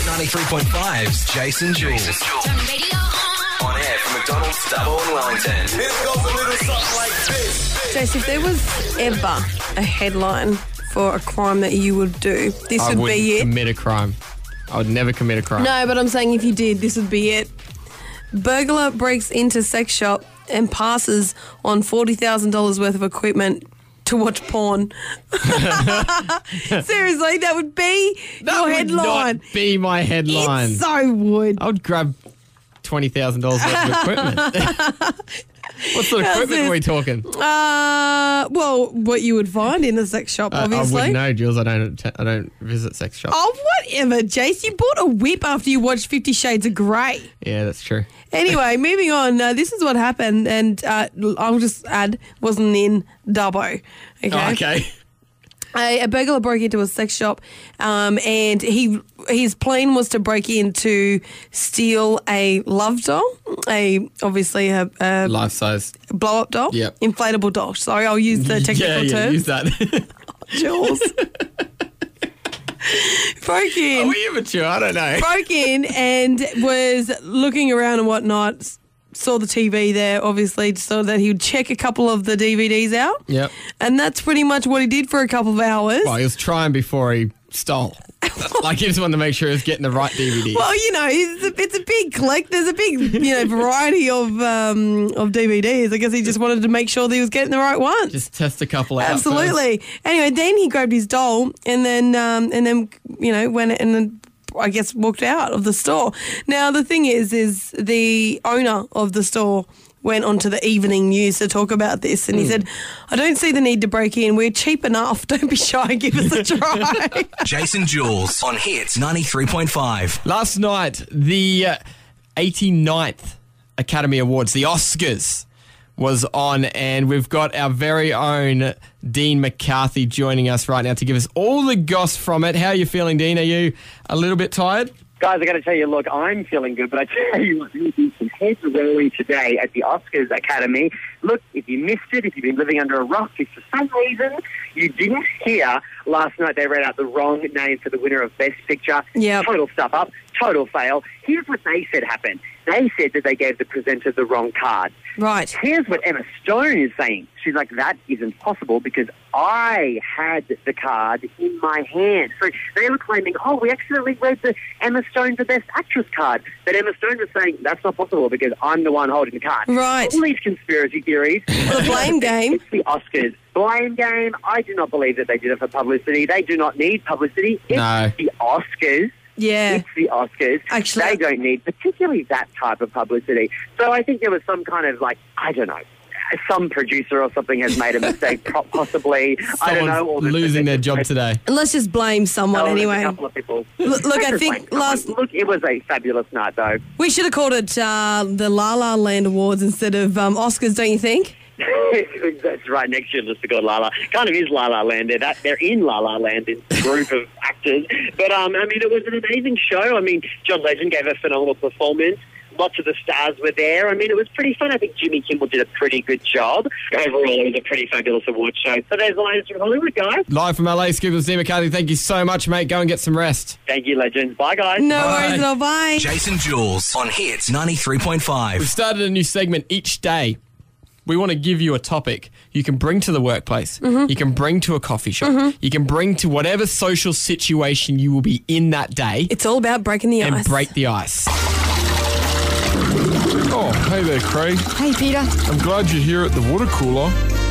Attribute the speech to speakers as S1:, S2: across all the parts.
S1: 93.5's Jason Jules.
S2: Turn the radio on.
S1: On air from McDonald's Double in Wellington.
S3: It goes a little something like this.
S4: Jace, if there was ever a headline for a crime that you would do, this
S5: I
S4: would
S5: wouldn't
S4: be it.
S5: commit a crime. I would never commit a crime.
S4: No, but I'm saying if you did, this would be it. Burglar breaks into sex shop and passes on $40,000 worth of equipment to watch porn. Seriously, that would be
S5: That
S4: your
S5: would
S4: headline.
S5: not be my headline.
S4: It so would.
S5: I would grab twenty thousand dollars worth of equipment. what sort of
S4: How's
S5: equipment
S4: this?
S5: are we talking?
S4: Uh, well, what you would find in the sex shop,
S5: Uh, I- I
S4: obviously.
S5: wouldn't know, Jules. I don't. I don't visit sex shops.
S4: Oh, whatever, Jace. You bought a whip after you watched Fifty Shades of Grey.
S5: Yeah, that's true.
S4: Anyway, moving on. Uh, this is what happened, and uh, I'll just add, wasn't in Dubbo. Okay.
S5: Oh, okay.
S4: A, a burglar broke into a sex shop, um, and he his plan was to break in to steal a love doll, a obviously a, a
S5: Life size.
S4: blow up doll,
S5: Yep.
S4: inflatable doll. Sorry, I'll use the technical
S5: yeah, yeah.
S4: term.
S5: Use that.
S4: Jules. broke
S5: are
S4: in.
S5: we immature? I don't know.
S4: broke in and was looking around and whatnot. s- Saw the TV there, obviously, so that he would check a couple of the DVDs out.
S5: Yep.
S4: And that's pretty much what he did for a couple of hours.
S5: Well, he was trying before he stole. like he just wanted to make sure he was getting the right DVD.
S4: Well, you know, it's a, it's a big collect. There's a big, you know, variety of um, of DVDs. I guess he just wanted to make sure that he was getting the right one.
S5: just test a couple out. first.
S4: Absolutely. Anyway, then he grabbed his doll and then um, and then you know went and then I guess walked out of the store. Now the thing is, is the owner of the store went onto the evening news to talk about this and he said, I don't see the need to break in. We're cheap enough. Don't be shy. Give us a try.
S1: Jason Jules. On Hits 93.5.
S5: Last night, the uh, 89th Academy Awards, the Oscars, was on, and we've got our very own Dean McCarthy joining us right now to give us all the goss from it. How are you feeling, Dean? Are you a little bit tired?
S6: Guys, I got to tell you, look, I'm feeling good, but I tell you what, there's been some heads rolling today at the Oscars Academy. Look, if you missed it, if you've been living under a rock, if for some reason you didn't hear last night, they read out the wrong name for the winner of Best Picture.
S4: Yep.
S6: Total stuff up, total fail. Here's what they said happened. They said that they gave the presenter the wrong card.
S4: right.
S6: Here's what Emma Stone is saying. She's like, that isn't possible because I had the card in my hand. So they were claiming, oh, we accidentally read the Emma Stone the Best Actress card. But Emma Stone was saying, that's not possible because I'm the one holding the card.
S4: Right.
S6: All these conspiracy theories.
S4: The blame game.
S6: It's the Oscars. Blame game. I do not believe that they did it for publicity. They do not need publicity. It's
S5: No.
S6: the Oscars.
S4: Yeah.
S6: It's the Oscars.
S4: Actually-
S6: they don't need particularly that type of publicity. So I think there was some kind of like I don't know, some producer or something has made a mistake, pro- possibly. I don't know. Or
S5: Someone's
S6: there's-
S5: losing their
S6: there's-
S5: job today.
S4: And let's just blame someone
S6: oh, there's
S4: anyway.
S6: a couple of people.
S4: Look- look, I
S6: Just
S4: think
S6: blame someone.
S4: last-
S6: Look, it was a fabulous night, though.
S4: We should have called it uh, the La La Land Awards instead of um, Oscars, don't you think?
S6: That's right next year, just to go La La. Kind of is La La Land. They're, that, they're in La La Land, this group of actors. But, um, I mean, it was an amazing show. I mean, John Legend gave a phenomenal performance. Lots of the stars were there. I mean, it was pretty fun. I think Jimmy Kimmel did a pretty good job. Overall, it was a pretty fabulous award show. So there's the latest from Hollywood, guys.
S5: Live from LA, Scoopers Dean McCarthy, thank you so much, mate. Go and get some rest.
S6: Thank you, legends. Bye, guys.
S4: No
S5: Bye.
S4: worries at all. Bye.
S1: Jason Jules. On Hits 93.5.
S5: We've started a new segment each day. We want to give you a topic you can bring to the workplace,
S4: Mm-hmm.
S5: you can bring to a coffee shop, you can bring to whatever social situation you will be in that day
S4: It's all about breaking the
S5: and
S4: ice.
S5: break the ice.
S7: Oh, hey there, Craig.
S8: Hey, Peter.
S7: I'm glad you're here at the water cooler.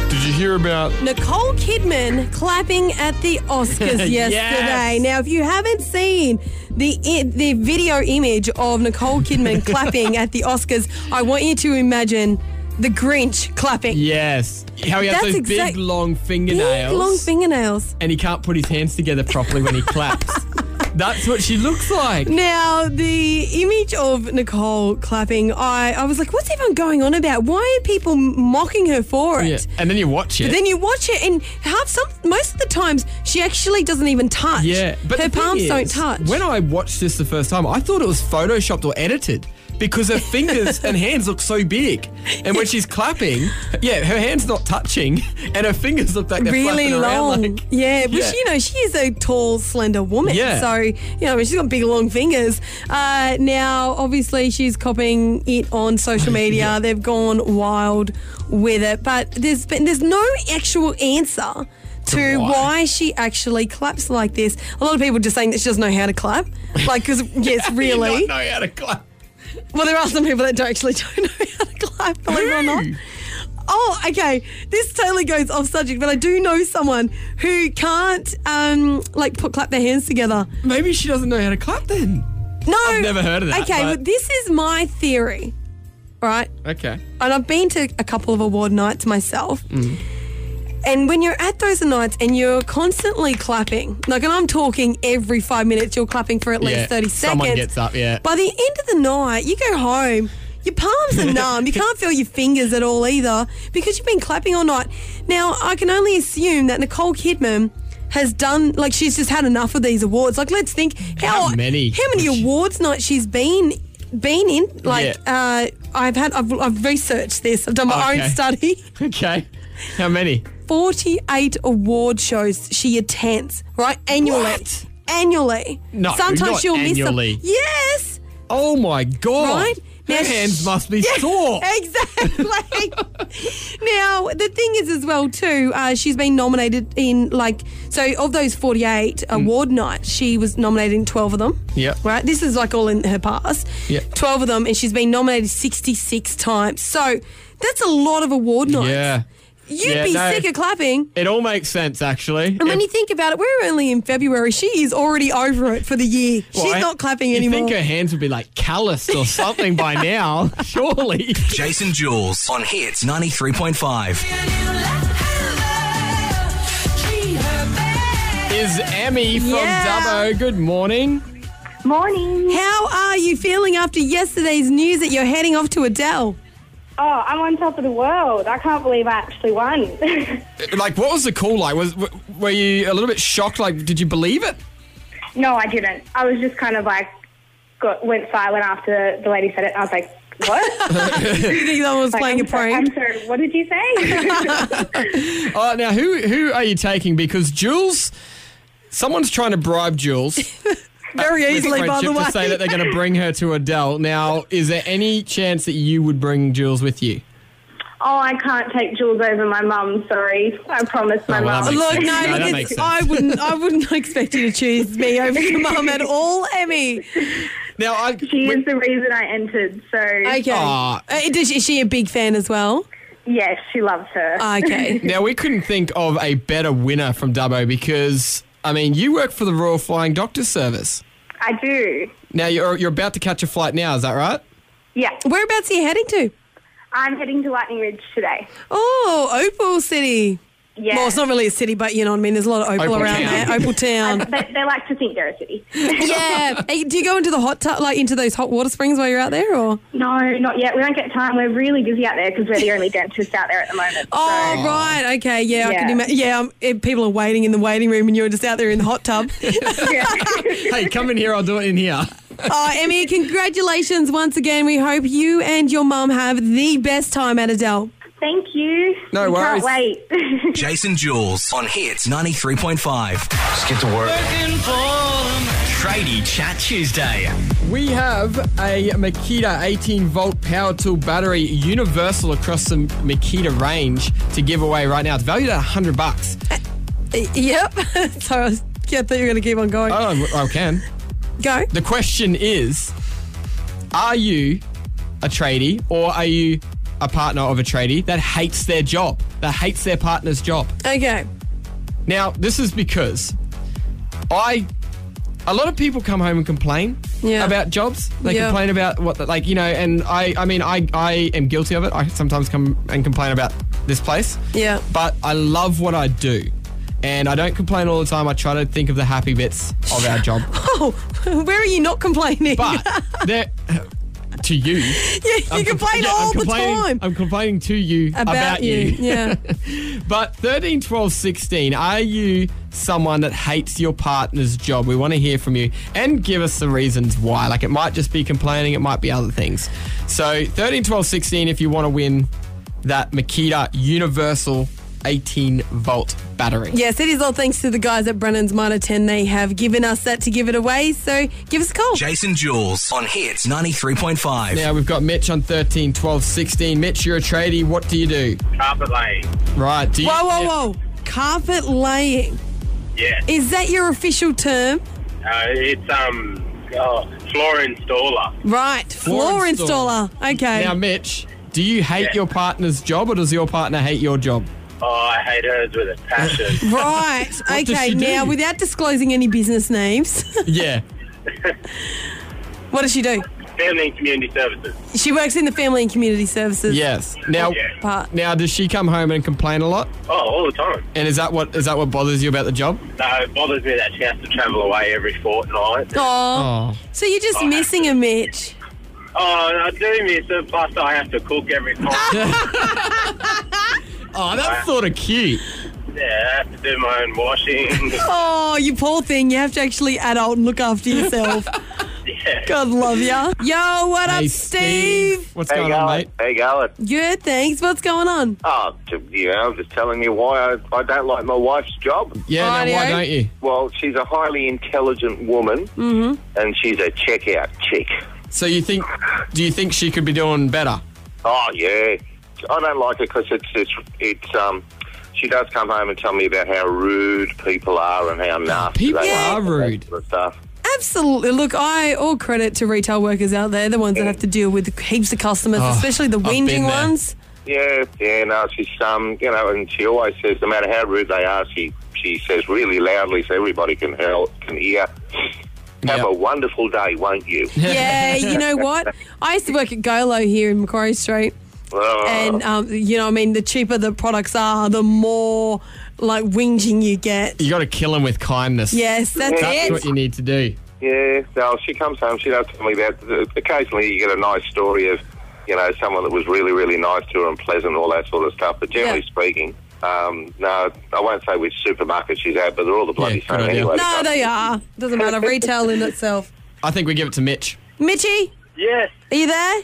S7: Did you hear about
S4: Nicole Kidman clapping at the Oscars
S5: Yes.
S4: yesterday. Now, if you haven't seen the i- the video image of Nicole Kidman clapping at the Oscars, I want you to imagine the Grinch clapping.
S5: Yes. How he has
S4: That's
S5: those
S4: exact-
S5: big long
S4: Big,
S5: fingernails
S4: long fingernails.
S5: and he can't put his hands together properly when he claps. That's what she looks like.
S4: Now, the image of Nicole clapping, I, I was like, what's everyone going on about? Why are people mocking her for it?
S5: Yeah. And then you watch it.
S4: But then you watch it, and half some most of the times she actually doesn't even touch.
S5: Yeah, but
S4: her
S5: the thing
S4: palms
S5: is,
S4: don't touch.
S5: When I watched this the first time, I thought it was photoshopped or edited because her fingers and hands look so big. And when she's clapping, yeah, her hands not touching, and her fingers look like they're
S4: really
S5: flapping
S4: long.
S5: around like-
S4: yeah, but
S5: Yeah.
S4: she, you know she is a tall, slender woman.
S5: Yeah.
S4: So very, you know, I mean, she's got big long fingers. Uh, now, obviously, she's copying it on social media. They've gone wild with it, but there's been, there's no actual answer to
S5: why?
S4: why. she actually claps like this. A lot of people just saying that she doesn't know how to clap. Like, because yes, really.
S5: I know how to clap.
S4: Well, there are some people that don't actually don't know how to clap, believe it or not. Oh, okay. This totally goes off subject, but I do know someone who can't um like put clap their hands together.
S5: Maybe she doesn't know how to clap then.
S4: No,
S5: I've never heard of that,
S4: Okay,
S5: but-
S4: well, this is my theory, right?
S5: Okay.
S4: and I've been to a couple of award nights myself. And when you're at those nights and you're constantly clapping, like, and I'm talking every five minutes, you're clapping for at least
S5: Yeah,
S4: 30 seconds.
S5: someone gets up, yeah.
S4: By the end of the night, you go home, your palms are numb, you can't feel your fingers at all either because you've been clapping all night. Now, I can only assume that Nicole Kidman has done, like, she's just had enough of these awards. Like, let's think how,
S5: How many?
S4: How many awards nights she's been been in? Like, uh, I've had, I've, I've researched this, I've done my
S5: Okay.
S4: own study.
S5: Okay. How many?
S4: 48 award shows she attends, right? Annually.
S5: What?
S4: Annually.
S5: No,
S4: Sometimes
S5: not
S4: she'll
S5: annually.
S4: miss them. Yes.
S5: Oh my god.
S4: Right? Now
S5: Her hands
S4: sh-
S5: must be
S4: Yeah,
S5: sore.
S4: Exactly. now, the thing is, as well, too, uh, she's been nominated in like, so of those 48
S5: Mm.
S4: award nights, she was nominated in 12 of them.
S5: Yep.
S4: Right? This is like all in her past.
S5: Yep.
S4: 12 of them, and she's been nominated 66 times. So that's a lot of award nights.
S5: Yeah.
S4: You'd
S5: Yeah,
S4: be
S5: no.
S4: sick of clapping.
S5: It all makes sense actually.
S4: And when you think about it, we're only in February. She is already over it for the year. She's
S5: Why?
S4: not clapping
S5: you
S4: anymore.
S5: think her hands would be like calloused or something by now, surely.
S1: Jason Jules on Hits 93.5.
S5: Is Emmy from
S4: Yeah.
S5: Dubbo. Good morning.
S2: Morning.
S4: How are you feeling after yesterday's news that you're heading off to Adele?
S2: Oh, I'm on top of the world. I can't believe I actually won.
S5: Like what was the call like? Was w- were you a little bit shocked like did you believe it?
S2: no, I didn't. I was just kind of like got went silent after the lady said it. And I was like, "What?" Like,
S4: You think someone was playing
S2: I'm
S4: a prank?
S2: So, I'm sorry. What did you say?
S5: Uh, now, who who are you taking? Because Jules, someone's trying to bribe Jules
S4: Very
S5: with
S4: easily, by the
S5: friendship
S4: way.
S5: to say that they're going to bring her to Adele. Now, is there any chance that you would bring Jules with you?
S2: oh, I can't take Jules over my mum. Sorry, I promised my
S5: Oh, well, that makes
S2: mum.
S4: Look,
S5: sense.
S4: no,
S5: No, that
S4: look,
S5: makes
S4: it's,
S5: sense.
S4: I wouldn't. I wouldn't expect you to choose me over your mum at all, Emmy.
S5: Now, I
S2: She
S5: we-
S2: is the reason I entered. So
S4: Okay.
S5: Aw.
S4: Uh, does she- is she a big fan as well?
S2: yes, she loves her.
S4: Okay.
S5: now we couldn't think of a better winner from Dubbo because I mean, you work for the Royal Flying Doctor Service.
S2: I do.
S5: Now you're you're about to catch a flight now. Is that right?
S2: Yeah,
S4: Whereabouts are you heading to?
S2: I'm heading to Lightning Ridge today.
S4: Oh, Opal City.
S2: Yeah,
S4: Well, it's not really a city, but you know what I mean. There's a lot of Opal,
S5: Opal
S4: around
S5: Town.
S4: there. Opal Town.
S2: they, they like to think they're a city.
S4: yeah. Hey, do you go into the hot tub, like into those hot water springs while you're out there, or?
S2: No, not yet. We don't get time. We're really busy out there because we're the only dentist out there at the moment.
S4: Oh
S2: so.
S4: right, okay, yeah, I can
S2: Yeah.
S4: imagine. Yeah, um, eh, people are waiting in the waiting room, and you're just out there in the hot tub.
S5: hey, come in here. I'll do it in here.
S4: oh, Emmy, congratulations once again. We hope you and your mum have the best time at Adele.
S2: Thank you.
S5: No
S2: we
S5: worries.
S2: Can't wait.
S1: Jason Jules on Hits 93.5.
S8: Let's get to work.
S1: Tradie Chat Tuesday.
S5: We have a Makita 18 volt power tool battery universal across the Makita range to give away right now. It's valued at 100 bucks.
S4: Eh, Yep. so I, was, yeah, I thought you were going to keep on going.
S5: Oh, I can.
S4: Go.
S5: The question is Are you a tradie or are you a partner of a tradie that hates their job, that hates their partner's job?
S4: Okay.
S5: Now, this is because I. A lot of people come home and complain
S4: Yeah.
S5: about jobs. They
S4: Yeah.
S5: complain about what, the- like, you know, and I, I mean, I, I am guilty of it. I sometimes come and complain about this place.
S4: Yeah.
S5: But I love what I do. And I don't complain all the time. I try to think of the happy bits of our job.
S4: Oh, where are you not complaining?
S5: But there, to you,
S4: yeah, you
S5: I'm compl-
S4: complain
S5: yeah, I'm
S4: all the
S5: complaining-
S4: time
S5: I'm complaining to you about,
S4: Yeah.
S5: But 13, 12, 16, are you someone that hates your partner's job? We want to hear from you and give us the reasons why. Like it might just be complaining, it might be other things. So 13, 12, 16, if you want to win that Makita Universal 18 volt battery.
S4: Yes, it is all thanks to the guys at Brennan's Mitre 10. They have given us that to give it away. So give us a call.
S1: Jason Jules on Hits 93.5.
S5: Now we've got Mitch on 13, 12, 16. Mitch, you're a tradie. What do you do?
S8: Carpet laying.
S5: Right. Do you,
S4: whoa, whoa, whoa. Carpet laying.
S8: Yeah.
S4: Is that your official term?
S8: Uh, it's um oh, floor installer.
S4: Right. Floor,
S5: Floor
S4: installer.
S5: installer.
S4: Okay.
S5: Now, Mitch, do you hate
S8: Yeah.
S5: your partner's job or does your partner hate your job?
S8: Oh, I hate hers with a passion.
S4: Right.
S5: What does
S4: okay.
S5: she do?
S4: Now, without disclosing any business names,
S5: Yeah.
S4: what does she do?
S8: Family and community services.
S4: She works in the family and community services
S5: Yes. Now,
S8: Yeah.
S4: part.
S5: now does she come home and complain a lot?
S8: Oh, all the time.
S5: And is that what is that what bothers you about the job?
S8: No, it bothers me that she has to travel away every fortnight.
S4: Oh.
S5: Oh.
S4: So you're just
S8: Oh.
S4: missing her, Mitch.
S8: Oh, I do miss her. Plus, I have to cook every time.
S5: Oh, that's sort of cute.
S8: yeah, I have to do my own washing.
S4: Oh, you poor thing. You have to actually adult and look after yourself.
S8: yeah.
S4: God love ya. Yo, what
S5: Hey,
S4: up, Steve?
S5: What's going on, mate?
S9: Hey, Garland.
S4: Good, thanks. What's going on?
S9: Oh, to, you know, I'm just telling you why I, I don't like my wife's job.
S5: Yeah, now why
S4: Rightio.
S5: don't you?
S9: Well, she's a highly intelligent woman,
S5: Mm-hmm.
S9: and she's a checkout chick.
S5: So you think? Do you think she could be doing better?
S9: Oh yeah, I don't like it because it's, it's it's um. She does come home and tell me about how rude people are and how nasty
S5: People
S9: they
S5: are
S9: are. and that
S5: rude.
S9: sort of stuff.
S4: Absolutely. Look, I all credit to retail workers out there, the ones that have to deal with heaps of customers,
S5: Oh,
S4: especially the
S5: I've been
S4: whinging
S5: there.
S4: ones.
S9: Yeah, yeah. No, she's um, you know, and she always says no matter how rude they are, she she says really loudly so everybody can hear can hear. Have
S5: Yep.
S9: a wonderful day, won't you?
S4: Yeah, you know what? I used to work at Golo here in Macquarie Street,
S9: Oh.
S4: and um, you know, I mean, the cheaper the products are, the more like whinging you get.
S5: You got to kill him with kindness.
S4: Yes, that's
S5: That's
S4: it.
S5: what you need to do.
S9: Yeah, no, she comes home, she does tell me that. Occasionally you get a nice story of, you know, someone that was really, really nice to her and pleasant, all that sort of stuff. But generally
S4: Yeah.
S9: speaking, um, no, I won't say which supermarket she's at, but they're all the bloody
S5: Yeah, good
S9: same
S5: idea.
S9: anyway.
S4: No, they are. Doesn't matter. Retail in itself.
S5: I think we give it to Mitch,
S4: Mitchy,
S8: Yes,
S4: are you there?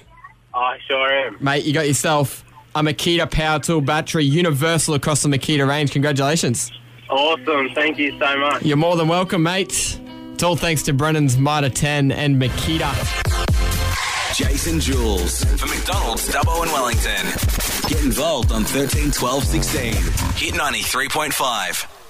S8: I sure am.
S5: mate. You got yourself a Makita power tool battery, universal across the Makita range. Congratulations.
S8: Awesome. Thank you so much.
S5: You're more than welcome, mate. It's all thanks to Brennan's Mitre 10 and Makita.
S1: Jason Jules for McDonald's Dubbo and Wellington. Get involved on 13 12 16. Hit 93.5.